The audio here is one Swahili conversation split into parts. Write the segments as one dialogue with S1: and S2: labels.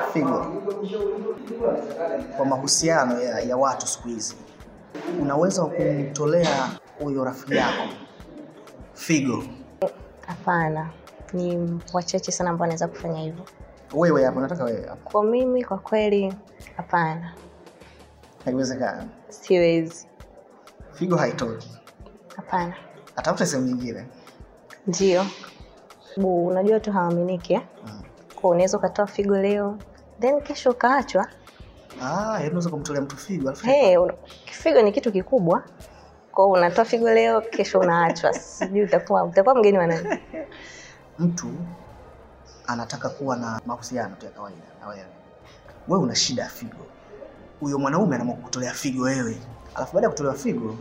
S1: kupigwa kwa mahusiano ya, ya watu siku hizi. Unaweza kumtolea huyo rafiki yako figo?
S2: Hapana, ni wachache sana ambao wanaweza kufanya hivyo.
S1: Wewe hapo, nataka wewe hapo,
S2: Kwa mimi kwa kweli, hapana,
S1: haiwezekani.
S2: siwezi.
S1: Figo haitoki,
S2: Hapana,
S1: atafute sehemu nyingine.
S2: ndio Bu, unajua watu hawaaminiki eh?
S1: Mm.
S2: Kwa unaweza ukatoa figo leo then kesho ukaachwa.
S1: Ah, yaani unaweza kumtolea mtu figo alafu
S2: Hey, un- figo ni kitu kikubwa kwao, unatoa figo leo, kesho unaachwa. Sijui utakuwa utakuwa mgeni wa nani?
S1: mtu anataka kuwa na mahusiano tu ya kawaida na wewe, wewe una shida ya figo, huyo mwanaume anaamua kukutolea figo wewe, alafu baada ya kutolewa figo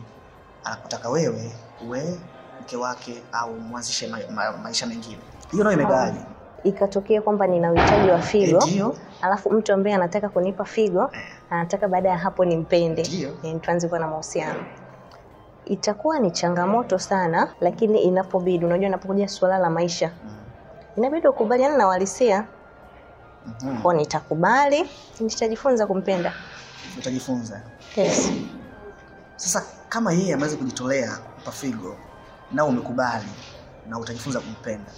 S1: anakutaka wewe uwe mke wake au mwanzishe ma ma maisha mengine. Hiyo nayo imekaaje?
S2: Ikatokea kwamba nina uhitaji wa
S1: Eh,
S2: figo,
S1: Ndio,
S2: alafu mtu ambaye anataka kunipa figo anataka baada ya hapo nimpende,
S1: Ndio.
S2: Eh, tuanze kuwa na mahusiano. Itakuwa ni changamoto sana, lakini inapobidi, unajua, inapokuja suala la maisha inabidi ukubaliane na uhalisia.
S1: Mhm.
S2: Kwa nitakubali, nitajifunza kumpenda.
S1: utajifunza.
S2: Yes.
S1: Sasa kama yeye ameweza kujitolea kupa figo na umekubali na utajifunza kumpenda,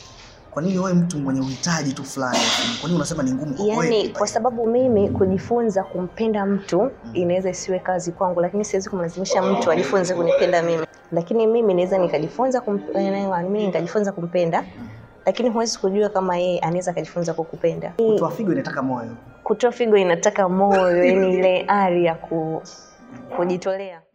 S1: kwa nini wewe mtu mwenye uhitaji tu fulani, kwa nini unasema ni ngumu kwako wewe
S2: Yaani,
S1: kupa
S2: kwa sababu mimi kujifunza kumpenda mtu inaweza isiwe kazi kwangu, lakini siwezi kumlazimisha mtu ajifunze kunipenda mimi. Lakini mimi naweza nikajifunza kumpenda, mimi nikajifunza kumpenda,
S1: Mm.
S2: lakini huwezi kujua kama yeye anaweza akajifunza kukupenda.
S1: kutoa figo inataka moyo.
S2: Kutoa figo inataka moyo, yani ile ari ya ku, kujitolea.